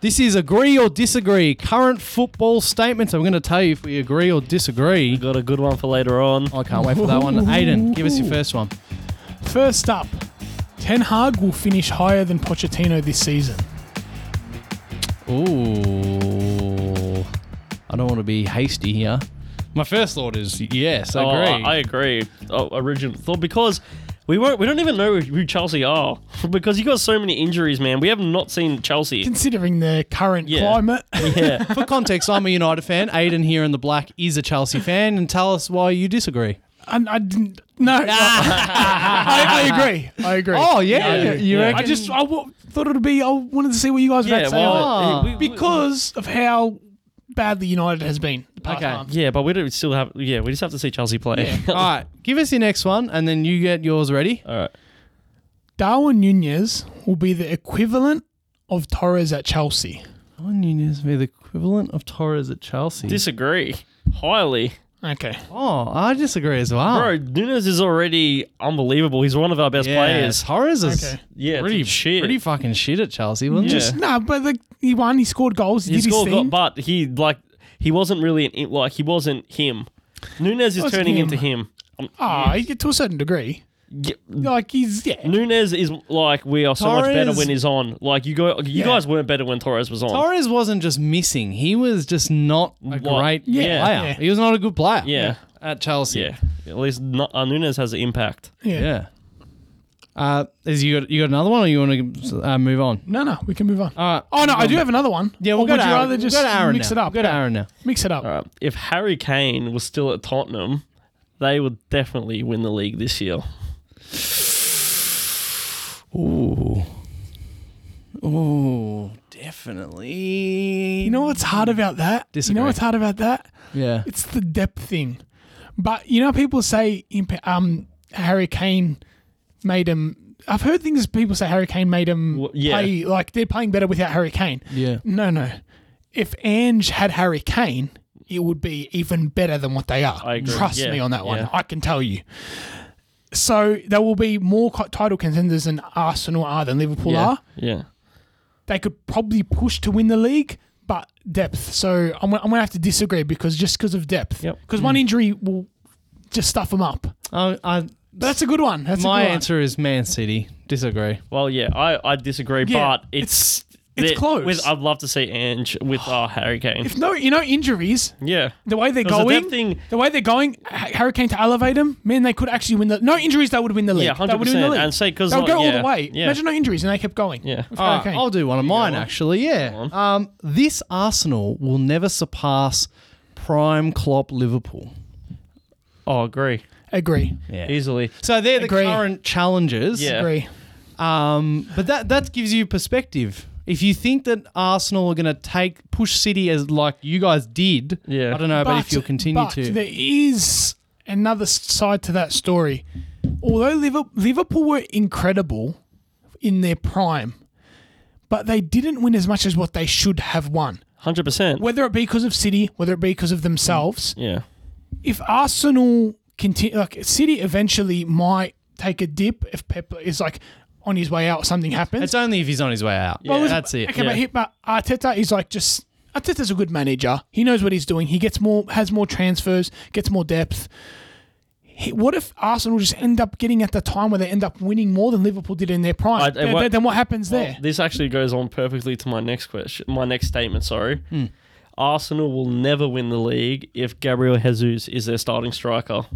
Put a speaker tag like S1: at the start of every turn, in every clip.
S1: This is agree or disagree. Current football statements. I'm going to tell you if we agree or disagree.
S2: Got a good one for later on.
S1: I can't wait for that one. Aiden, give us your first one.
S3: First up, Ten Hag will finish higher than Pochettino this season.
S1: Ooh. I don't want to be hasty here. My first thought is yes, I
S2: Oh,
S1: agree.
S2: I, I agree. Oh, original thought because we won't. We don't even know who Chelsea are because you got so many injuries, man. We have not seen Chelsea.
S3: Considering the current
S2: Yeah.
S3: climate,
S2: yeah.
S1: for context, I'm a United fan. Aiden here in the black is a Chelsea fan, and tell us why you disagree.
S3: and I didn't. No, I, I agree. I agree.
S1: Oh, yeah.
S3: I agree.
S1: You
S2: Yeah.
S3: I
S1: reckon?
S3: just I w- thought it would be. I wanted to see what you guys would have
S2: Yeah.
S3: to say. on it.
S1: Ah.
S2: Well, we- we-
S3: because of how badly United has been. The past
S1: Okay.
S3: month.
S2: Yeah, but we don't still have. Yeah, we just have to see Chelsea play.
S1: All right, give us your next one, and then you get yours ready.
S2: All right.
S3: Darwin Nunez will be the equivalent of Torres at Chelsea.
S1: Darwin Nunez be the equivalent of Torres at Chelsea.
S2: Disagree highly,
S3: Okay.
S1: oh, I disagree as well.
S2: bro. Nunes is already unbelievable. He's one of our best
S1: yeah,
S2: players.
S1: Torres is
S3: Okay.
S2: Yeah,
S1: pretty
S2: shit.
S1: pretty fucking shit at Chelsea, wasn't
S2: Yeah.
S1: it?
S3: Just no, but like he won. He scored goals. He,
S2: He
S3: did his
S2: scored,
S3: thing.
S2: got, but he like he wasn't really an in- like he wasn't him. Nunes is
S3: Wasn't
S2: turning
S3: him.
S2: into him. Um,
S3: Ah, he- to a certain degree.
S2: yeah,
S3: Like he's yeah.
S2: Nunez is like we are so much better
S1: Torres-
S2: when he's on. Like you go, you
S3: Yeah.
S2: guys weren't better when Torres was on.
S1: Torres wasn't just missing; he was just not a
S2: Like,
S1: great
S2: yeah.
S1: player.
S3: Yeah.
S1: He was not a good player.
S2: Yeah.
S1: at Chelsea.
S2: yeah, at least not, uh, Nunez has an impact.
S3: Yeah.
S1: yeah. Uh, is you got you got another one, or you want to uh, move on?
S3: No, no, we can move on.
S1: All right.
S3: oh no, I do have another one.
S1: Yeah,
S3: Or
S1: we'll go
S3: would
S1: to
S3: you
S1: Aaron.
S3: rather just
S1: we'll go to Aaron
S3: mix
S1: now.
S3: it up?
S1: We'll go to Aaron now.
S3: Mix it up.
S2: Uh, if Harry Kane was still at Tottenham, they would definitely win the league this year.
S1: Ooh. Ooh, definitely.
S3: You know what's hard about that? You
S1: Disagree.
S3: know what's hard about that?
S1: Yeah.
S3: It's the depth thing. But you know, people say imp- um, Harry Kane made him. I've heard things people say Harry Kane made him
S2: Well, yeah.
S3: play like they're playing better without Harry Kane.
S1: Yeah.
S3: No, no. If Ange had Harry Kane, it would be even better than what they are.
S2: I agree.
S3: Trust
S2: Yeah,
S3: me on that one.
S2: yeah.
S3: I can tell you. So there will be more co- title contenders than Arsenal are than Liverpool
S1: Yeah.
S3: are.
S2: Yeah,
S3: They could probably push to win the league, but depth. So I'm, gonna- I'm going to have to disagree because just because of depth.
S2: Yep.
S3: Because one injury will just stuff them up.
S1: I, I,
S3: That's a good one. That's
S1: my
S3: a good
S1: answer is Man City. Disagree.
S2: well, yeah, I, I disagree,
S3: Yeah,
S2: but it's
S3: it's
S2: it-
S3: close.
S2: With, I'd love to see Ange with uh, Harry Kane.
S3: One. If no, you know, injuries.
S2: yeah,
S3: The way they're
S2: Because the
S3: going,
S2: depth thing-
S3: the way they're going, Ha- Hurricane to elevate them, man, they could actually win the. No injuries, they would win the league.
S2: Yeah,
S3: They would win the
S2: 100%,
S3: league.
S2: and say- 'cause
S3: they would
S2: like-
S3: go all
S2: yeah,
S3: the way.
S2: yeah.
S3: Imagine no injuries, and they kept going.
S2: Yeah. Ah,
S3: with
S1: All right,
S3: Hurricane.
S1: Ah, I'll do one of mine actually. Yeah. Um, this Arsenal will never surpass prime Klopp Liverpool.
S2: oh, agree
S3: agree.
S1: Yeah.
S2: easily.
S1: so they're the
S3: Agree.
S1: current challengers.
S2: Yeah.
S3: Agree.
S1: Um, but that that gives you perspective. If you think that Arsenal are going to take push City as like you guys did,
S2: Yeah.
S1: I don't know, but, if you'll continue
S3: but
S1: to,
S3: there is another s- side to that story. Although Liver- Liverpool were incredible in their prime, but they didn't win as much as what they should have won.
S2: Hundred percent.
S3: Whether it be because of City, whether it be because of themselves,
S2: Yeah,
S3: if Arsenal continue, like City eventually might take a dip if Pep is like on his way out, something happens.
S1: it's only if he's on his way out.
S2: Well, it's-
S1: that's it.
S3: Okay,
S2: Yeah.
S3: but, he, but Arteta is like just Arteta's a good manager. He knows what he's doing. He gets more, has more transfers, gets more depth. He, what if Arsenal just end up getting at the time where they end up winning more than Liverpool did in their prime?
S2: I- I-
S3: then,
S2: what-
S3: then what happens there?
S2: this actually goes on perfectly to my next question, my next statement. Sorry,
S3: Hmm.
S2: Arsenal will never win the league if Gabriel Jesus is their starting striker.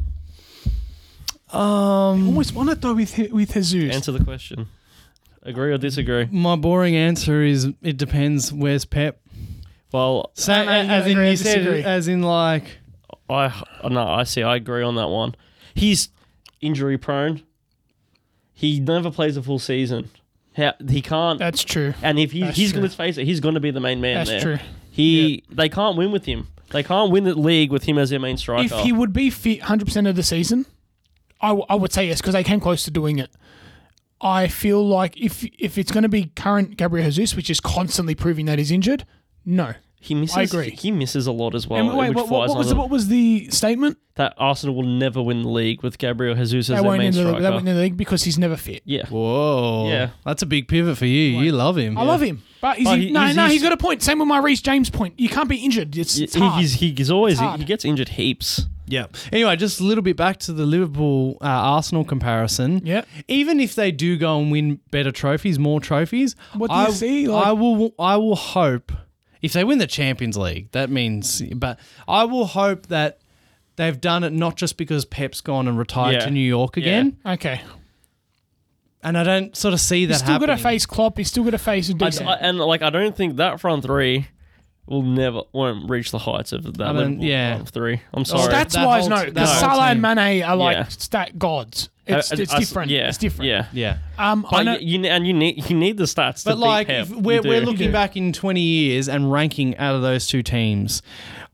S1: Um,
S3: Almost won it though with with Jesus.
S2: Answer the question. Agree or disagree?
S1: my boring answer is it depends. Where's Pep?
S2: Well,
S1: So,
S3: No, no, you
S1: as in
S3: agree,
S1: you said,
S3: disagree.
S1: as in like
S2: I no, I see. I agree on that one. He's injury prone. He never plays a full season. How- He can't.
S3: That's true.
S2: And if he,
S3: that's
S2: he's
S3: true.
S2: let's face it, he's going to be the main man
S3: That's
S2: there.
S3: true.
S2: He they can't win with him. They can't win the league with him as their main striker.
S3: If he would be fit 100 percent of the season, I, w- I would say yes because they came close to doing it. I feel like if if it's going to be current Gabriel Jesus, which is constantly proving that he's injured, no.
S2: He misses.
S3: I agree.
S2: He misses a lot as well.
S3: And wait,
S2: which
S3: what,
S2: flies
S3: what, what was
S2: under-
S3: the, what was the statement?
S2: that Arsenal will never win the league with Gabriel Jesus as
S3: They
S2: their
S3: won't
S2: main
S3: enter the,
S2: striker.
S3: they won't enter the league because he's never fit.
S2: yeah,
S1: Whoa.
S2: Yeah.
S1: That's a big pivot for you. You love him.
S3: I love him, but, he's,
S2: But he-
S3: no,
S2: he's-
S3: no,
S2: he's-
S3: he's got a point. Same with my Reece James point. You can't be injured. It's,
S2: he,
S3: it's hard.
S2: he's, he- he's always
S3: hard.
S2: he gets injured heaps.
S1: Yeah. Anyway, just a little bit back to the Liverpool uh, Arsenal comparison.
S3: Yeah.
S1: Even if they do go and win better trophies, more trophies,
S3: What do you
S1: I,
S3: see, like-
S1: I will. I will hope if they win the Champions League, that means. But I will hope that they've done it not just because Pep's gone and retired
S2: Yeah.
S1: to New York again,
S3: okay.
S1: and I don't sort of see that
S3: He's still got to
S1: happening.
S3: face Klopp. He's still got to face a
S2: I-
S3: decent.
S2: I- and like I don't think that front three will never won't reach the heights of that
S1: don't-
S2: Liverpool
S1: yeah.
S2: front three. I'm sorry.
S1: That-
S3: Stats wise,
S1: whole-
S3: no.
S1: that
S3: Because
S1: whole
S3: Salah and
S1: team.
S3: Mane are like
S2: Yeah.
S3: stat gods.
S2: I-
S3: It's,
S2: I-
S3: it's
S2: I-
S3: different.
S2: Uh, Yeah,
S3: it's different.
S2: Yeah,
S1: yeah.
S3: Um, I
S2: but
S3: know.
S2: y- you, ne- and you need you need the stats. to
S1: But
S2: beat
S1: like,
S2: Pep.
S1: if we're,
S2: You do.
S1: we're looking
S3: do.
S1: back in 20 years and ranking out of those two teams,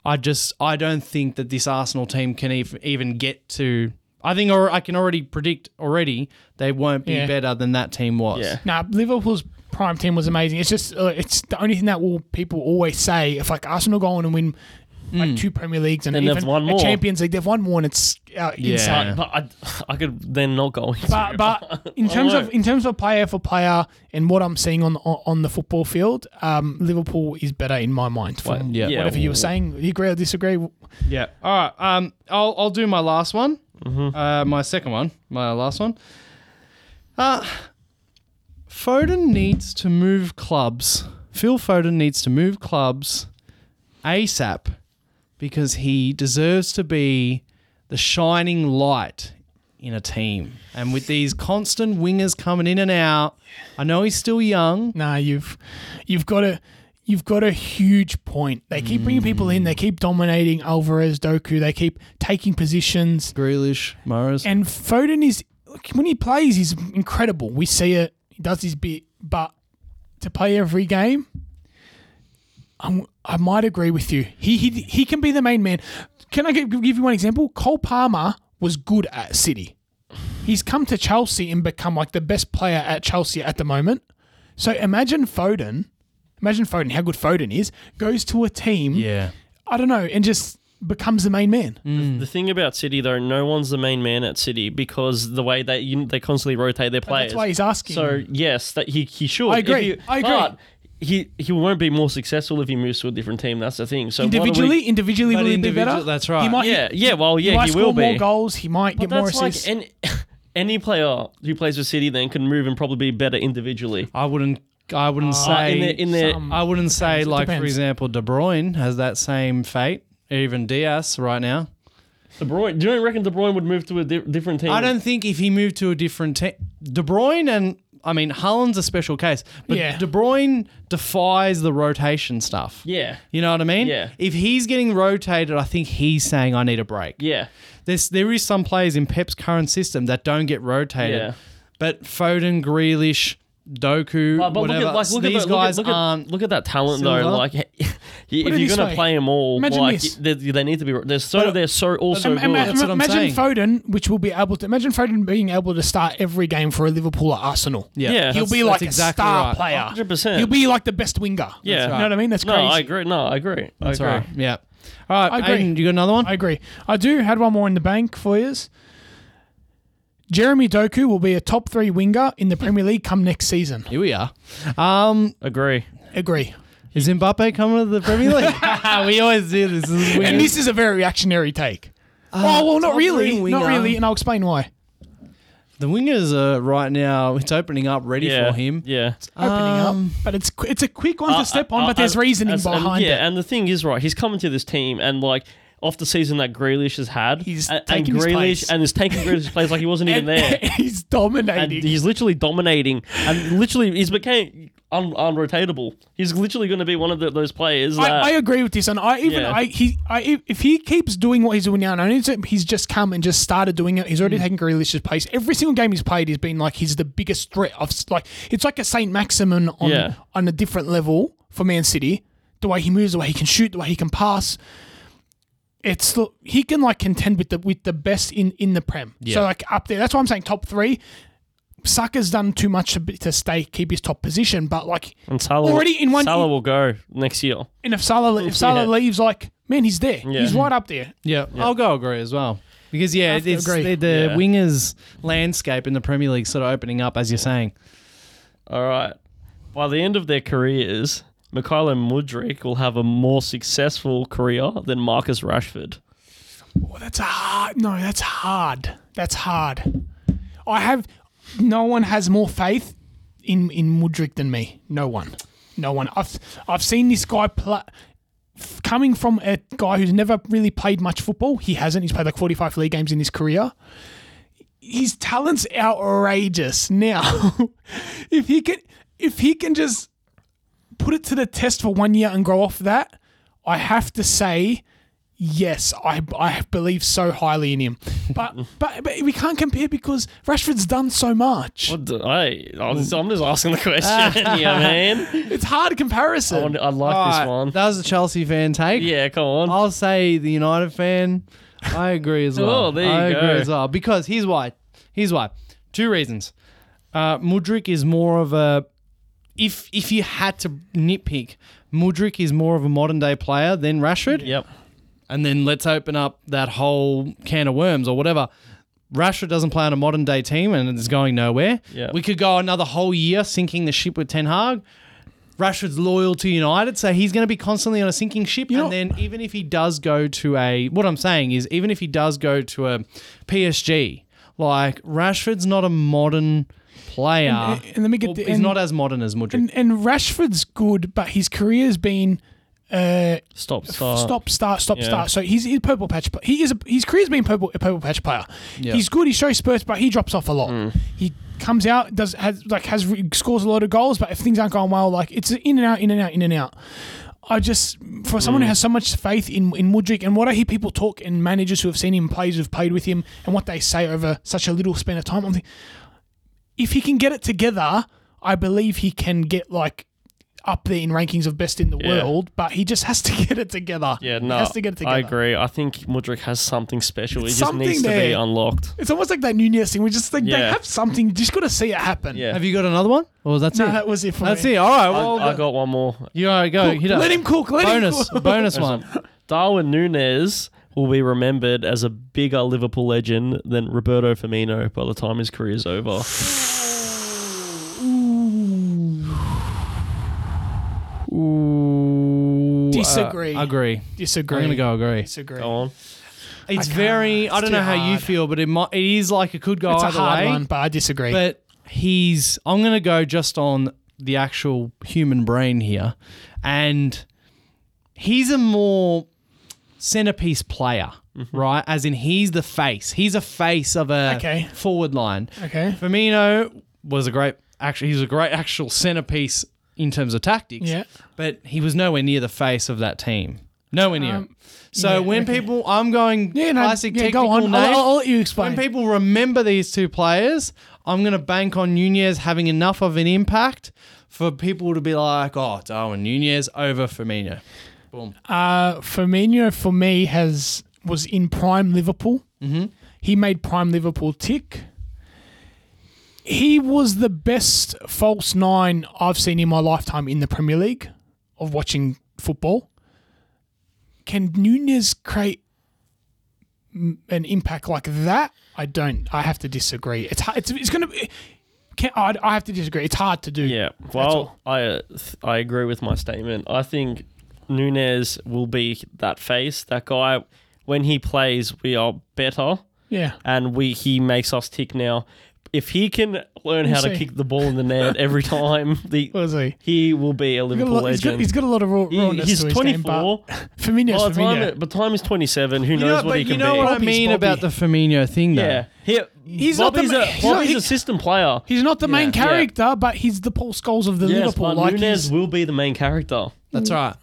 S1: I just I don't think that this Arsenal team can ev- even get to. I think or I can already predict already they won't be
S3: Yeah.
S1: better than that team was.
S2: Yeah.
S3: Nah, Liverpool's prime team was amazing. It's just uh, it's the only thing that will people always say. If like Arsenal go on and win like two Premier Leagues and
S2: Hmm. Then they've
S3: even
S2: won
S3: a
S2: more.
S3: Champions League, they've won more, and it's uh,
S1: Yeah.
S3: insane.
S2: But I, I could then not go into.
S3: But but in terms of in terms of player for player and what I'm seeing on on, on the football field, um, Liverpool is better in my mind. From
S1: yeah. Yeah,
S3: whatever you were saying, you agree or disagree?
S1: Yeah. All right. Um, I'll I'll do my last one. Uh, my second one. My last one. Uh, Foden needs to move clubs. Phil Foden needs to move clubs ASAP because he deserves to be the shining light in a team. And with these constant wingers coming in and out, I know he's still young.
S3: Nah, you've you've got a you've got a huge point. They keep bringing people
S1: Mm.
S3: in. They keep dominating Alvarez, Doku. They keep taking positions.
S1: Grealish, Morris.
S3: And Foden is look, when he plays, he's incredible. We see it. He does his bit, but to play every game, I'm, I might agree with you. He, he he can be the main man. Can I give, give you one example? Cole Palmer was good at City. He's come to Chelsea and become like the best player at Chelsea at the moment. So imagine Foden, imagine Foden, how good Foden is, goes to a team,
S1: Yeah.
S3: I don't know, and just becomes the main man.
S2: The thing about City, though, no one's the main man at City because the way they you, they constantly rotate their players.
S3: That's why he's asking.
S2: so yes, that he he should.
S3: I agree.
S2: If he-
S3: I agree.
S2: But he he won't be more successful if he moves to a different team. That's the thing. So why do we-
S3: individually, individually,
S1: But
S3: will he be
S1: individual-
S3: better?
S1: that's right.
S3: He might,
S2: yeah, yeah. Well,
S3: he,
S2: yeah,
S3: might
S2: he,
S3: score
S2: will be.
S3: more goals. He might
S2: but
S3: get more
S2: that's
S3: assists.
S2: like any any player who plays for City then can move and probably be better individually.
S1: I wouldn't. I wouldn't
S2: Uh,
S1: say
S2: in their, in their
S3: some-
S1: I wouldn't say,
S3: It
S1: like, for
S3: depends.
S1: example, De Bruyne has that same fate, even Diaz right now.
S2: De Bruyne, do you reckon De Bruyne would move to a di- different team?
S1: I don't think if he moved to a different team, De Bruyne and, I mean, Holland's a special case, but
S3: Yeah.
S1: De Bruyne defies the rotation stuff.
S2: Yeah,
S1: You know what I mean?
S2: Yeah.
S1: If he's getting rotated, I think he's saying, I need a break.
S2: yeah.
S1: There's, there is some players in Pep's current system that don't get rotated,
S2: Yeah.
S1: but Foden, Grealish, Doku,
S2: Uh, But, but
S1: whatever,
S2: look at like look
S1: these
S2: at the,
S1: guys
S2: look at, look
S1: aren't.
S2: at, look at that talent though.
S1: Silva.
S2: Like if
S3: it
S2: you're
S3: this
S2: gonna
S3: way.
S2: play them all,
S3: Imagine
S2: like
S3: this.
S2: they, they need to be. They're so they're so also
S3: Im- im-
S2: good.
S1: That's what I'm
S3: imagine
S1: saying.
S3: Foden, which will be able to imagine Foden being able to start every game for a Liverpool or Arsenal.
S1: yeah,
S2: Yeah.
S3: he'll
S1: that's-
S3: be
S1: that's
S3: like
S1: exactly
S3: a star
S1: right.
S3: player.
S2: 100%.
S3: He'll be like the best winger.
S2: Yeah.
S3: you know what I mean. That's
S2: No,
S3: crazy.
S2: I agree. No, I agree.
S1: That's
S2: I agree.
S1: right. Yeah. All right,
S3: I agree.
S1: Aiden, you got another one?
S3: I agree. I do had one more in the bank for you. Jeremy Doku will be a top three winger in the Premier League come next season.
S1: Here we are. Um,
S2: Agree.
S3: Agree.
S1: is Mbappe coming to the Premier League? we always do this. this is weird.
S3: And this is a very reactionary take. oh well, not
S1: Uh, top three
S3: really, not
S1: winger.
S3: really, and I'll explain why.
S1: the wingers are right now. It's opening up, ready
S2: Yeah.
S1: for him.
S2: Yeah.
S3: opening
S1: Um,
S3: up. But it's qu- it's a quick one
S2: Uh,
S3: to step
S2: uh,
S3: on,
S2: uh,
S3: but there's
S2: uh,
S3: reasoning
S2: as- and-
S3: behind
S2: yeah,
S3: it.
S2: and the thing is, right, he's coming to this team and like off the season that Grealish has had,
S3: He's
S2: and, and
S3: taking his
S2: Grealish
S3: place.
S2: and is taking Grealish's place like he wasn't even there.
S3: he's
S2: and
S3: dominating.
S2: he's literally dominating, and literally he's became un- unrotatable. He's literally going to be one of the, those players
S3: I,
S2: that
S3: I agree with this, and I even
S2: Yeah.
S3: I he I if he keeps doing what he's doing now, and only to- he's just come and just started doing it. He's already
S2: Mm.
S3: taken Grealish's place. Every single game he's played, he's been like he's the biggest threat. Of s- like it's like a Saint Maximin on
S2: Yeah.
S3: on a different level for Man City. The way he moves, the way he can shoot, the way he can pass. It's the- he can like contend with the with the best in in the prem. So like up there, that's why I'm saying top three. Saka's done too much to, be- to stay keep his top position, but like,
S2: And Salah
S3: Already in one-
S2: Salah will go next year.
S3: and if Salah if Salah
S2: Yeah.
S3: leaves, like, man, he's there.
S2: Yeah. Mm-hmm.
S3: He's right up there.
S1: Yeah, I'll go agree as well. Because yeah,
S3: have to
S1: it's
S3: agree.
S1: the, the
S2: Yeah.
S1: wingers landscape in the Premier League sort of opening up as you're saying.
S2: All right. By the end of their careers, Mikhailo Mudrik will have a more successful career than Marcus Rashford.
S3: Oh, that's a hard. No, that's hard. That's hard. I have. No one has more faith in in Mudrick than me. No one. No one. I've I've seen this guy play. Coming from a guy who's never really played much football, he hasn't. He's played like 45 league games in his career. His talent's outrageous. Now, if he can, if he can just put it to the test for one year and grow off that, I have to say Yes, I, I believe so highly in him, but, but but we can't compare because Rashford's done so much.
S2: What do I, I'm just I'm just asking the question, yeah, man.
S3: It's hard
S1: oh,
S2: I,
S3: comparison.
S2: want- I like
S1: Alright,
S2: this one.
S1: That was a Chelsea fan take.
S2: yeah, come
S3: Oh.
S2: on.
S1: I'll say the United fan. I agree as well.
S2: Oh, there you
S1: I
S2: go.
S1: agree as well. Because here's why. Here's why. Two reasons. Uh, Mudrik is more of a if if you had to nitpick, Mudrik is more of a modern day player than Rashford.
S2: Yep.
S1: And then let's open up that whole can of worms or whatever. Rashford doesn't play on a modern day team and it's going nowhere.
S2: Yeah.
S1: We could go another whole year sinking the ship with Ten Hag. Rashford's loyal to United, so he's going to be constantly on a sinking ship.
S3: know-
S1: and then even if he does go to a, what I'm saying is, even if he does go to a PSG, like Rashford's not a modern player.
S3: And- and let me get
S1: Well,
S3: the-
S1: he's
S3: and-
S1: not as modern as Mudrik.
S3: And, and Rashford's good, but his career's been uh,
S2: Stop, start.
S3: stop, start, stop,
S2: Yeah.
S3: start. So he's, he's a purple patch. pl- He is a, his career's been purple, a purple patch player. He's good. He shows spurts, but he drops off a lot. He comes out, does has like has re- scores a lot of goals, but if things aren't going well, like it's in and out, in and out, in and out. I just for someone who has so much faith in in Mudrick and what I hear people talk and managers who have seen him plays who've played with him and what they say over such a little span of time. I'm thinking, if he can get it together, I believe he can get like up there in rankings of best in the
S2: Yeah.
S3: world. But he just has to get it together.
S2: Yeah,
S3: He
S2: no.
S3: has to get it together.
S2: I agree. I think Mudrik has something special.
S3: It's
S2: it just needs
S3: something
S2: to be
S3: there.
S2: unlocked.
S3: It's almost like that Nunez thing. We just like they
S2: Yeah.
S3: have something. You just got to see it happen.
S2: Yeah.
S1: Have you got another one? Or that's
S3: No,
S1: it?
S3: that was it for
S1: that's
S3: me.
S1: it. All right.
S2: I,
S1: Well,
S2: I got one more.
S1: you all right, go. Hit
S3: Let
S1: us.
S3: him cook. Let him
S1: bonus,
S3: cook.
S1: bonus one.
S2: Darwin Nunez will be remembered as a bigger Liverpool legend than Roberto Firmino by the time his career's over.
S1: Ooh,
S3: Disagree.
S1: Uh, agree.
S3: Disagree.
S1: I'm gonna go agree.
S3: Disagree.
S2: Go on.
S1: It's
S3: can't.
S1: very. I
S3: It's
S1: don't
S3: too
S1: know how you
S3: hard.
S1: feel, but it might. It is like it could go
S3: It's a
S1: either
S3: hard
S1: way.
S3: one, but I disagree.
S1: But he's. I'm gonna go just on the actual human brain here, and he's a more centerpiece player,
S3: Mm-hmm.
S1: right? As in, he's the face. He's a face of a
S3: Okay.
S1: forward line.
S3: okay.
S1: Firmino was a great. Actually, he's a great actual centerpiece in terms of tactics.
S3: Yeah.
S1: but he was nowhere near the face of that team. Nowhere near.
S3: Um,
S1: so
S3: yeah,
S1: when
S3: okay.
S1: people, I'm going
S3: Yeah, no,
S1: classic
S3: yeah,
S1: technical
S3: go on.
S1: name.
S3: I'll, I'll let you explain.
S1: when people remember these two players, I'm going to bank on Nunez having enough of an impact for people to be like, oh, Darwin Nunez over Firmino.
S3: uh, Firmino for me has was in prime Liverpool.
S2: Mm-hmm.
S3: He made prime Liverpool tick. He was the best false nine I've seen in my lifetime in the Premier League of watching football. Can Nunez create m- an impact like that? I don't. I have to disagree. It's hard, it's, it's going to be. Can, I, I have to disagree. It's hard to do.
S2: Yeah.
S3: all.
S2: Well, I uh, th- I agree with my statement. I think Nunez will be that face, that guy. When he plays, we are better,
S3: Yeah.
S2: and we he makes us tick now. If he can learn how to
S3: see.
S2: kick the ball in the net every time, the
S3: What is he?
S2: he will be a
S3: He's got a
S2: Liverpool
S3: lot, he's,
S2: legend.
S3: got, he's got a lot of raw,
S2: He-
S3: rawness
S2: he's
S3: to his game, but-
S2: 24.
S3: Firmino's
S2: By the time,
S3: Firmino.
S2: by the time he's 27, who knows what
S1: but
S2: he
S1: you
S2: can
S1: know
S2: be?
S1: what
S3: Bobby's
S1: I mean
S3: Bobby.
S1: about the Firmino thing, though.
S2: yeah. He,
S3: He's not the
S2: Bobby's,
S3: ma-
S2: a,
S3: he's not-
S2: Bobby's
S3: he-
S2: a system player.
S3: He's not the main
S1: Yeah.
S3: character, but he's the Paul Scholes of the
S2: Yes,
S3: Liverpool.
S2: but
S3: Like
S2: Nunez
S3: he's-
S2: will be the main character.
S1: That's right.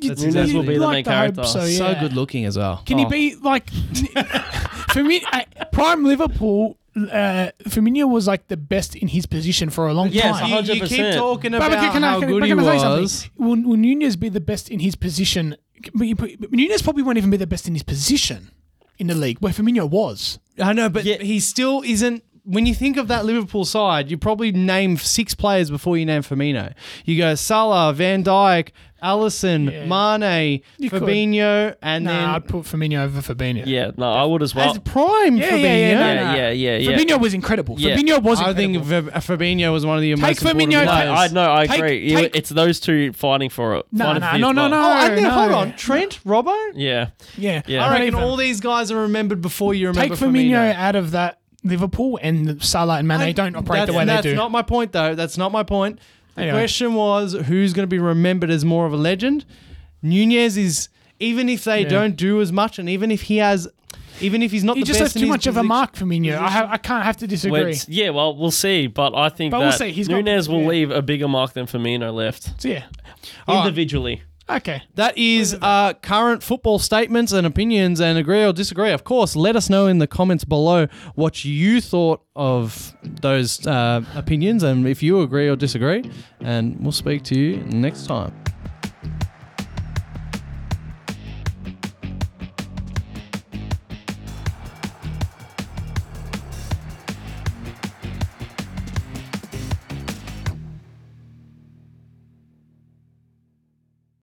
S3: you-
S1: that's
S3: you-
S1: exactly-
S3: you'd
S1: will be
S2: the
S3: like
S2: main
S3: to hope
S2: character.
S3: So,
S1: So
S3: yeah.
S1: good looking as well.
S3: Can
S2: Oh.
S3: he be like for me? I- Prime Liverpool. Uh, Firmino was like the best in his position for a long
S2: Yes,
S3: time.
S2: You- you keep 100%. talking
S3: But- but can I- can I- but can I say something? Will, will Nunez be the best in his position? But you- but Nunez probably won't even be the best in his position in the league, where Firmino was.
S1: I know, but
S2: Yeah.
S1: he still isn't when you think of that Liverpool side, you probably name six players before you name Firmino. You go Salah, Van Dijk, Allison, Mane,
S3: You could.
S1: Fabinho, and
S3: Nah,
S1: then
S3: I'd put Firmino over Fabinho.
S2: Yeah, no, I would as well.
S1: as prime
S3: Yeah,
S1: Fabinho.
S3: yeah, yeah, no, no.
S2: yeah, yeah, yeah, yeah.
S3: Fabinho was incredible.
S2: Yeah.
S3: Fabinho was
S1: I
S3: incredible.
S1: think Fab- Fabinho was one of the most important
S3: Fabinho-
S1: players.
S2: No, I no, I
S3: Take-
S2: agree.
S3: take-
S2: it's those two fighting for it.
S3: No,
S2: fighting
S3: no,
S2: for the
S3: no, no,
S2: spot.
S3: no.
S1: oh, and then
S3: no.
S1: hold on, Trent, Robbo.
S2: Yeah,
S3: yeah.
S2: Yeah.
S1: I
S2: Not
S1: reckon
S3: even.
S1: all these guys are remembered before you
S3: Take
S1: remember
S3: Firmino,
S1: Firmino.
S3: out of that Liverpool and Salah and Mane
S1: I-
S3: don't operate the
S1: that's-
S3: way they
S1: that's
S3: do.
S1: not my point, though. That's not my point. The
S3: Anyway.
S1: question was who's going to be remembered as more of a legend. Nunez is, even if they don't do as much, and even if he has, even if he's not
S3: he
S1: the
S3: just
S1: best
S3: has
S1: in
S3: too
S1: his
S3: much of a
S1: position-
S3: mark Firmino. I, have, I can't have to disagree.
S2: Well, it's- yeah. Well, we'll see. But I think
S3: But
S2: that
S3: we'll see. He's got-
S2: Nunes will
S3: yeah.
S2: leave a bigger mark than Firmino left
S3: So, yeah.
S1: right.
S2: individually.
S3: Okay.
S1: That is uh, current football statements and opinions, and agree or disagree. Of course, let us know in the comments below what you thought of those uh, opinions, and if you agree or disagree. And we'll speak to you next time.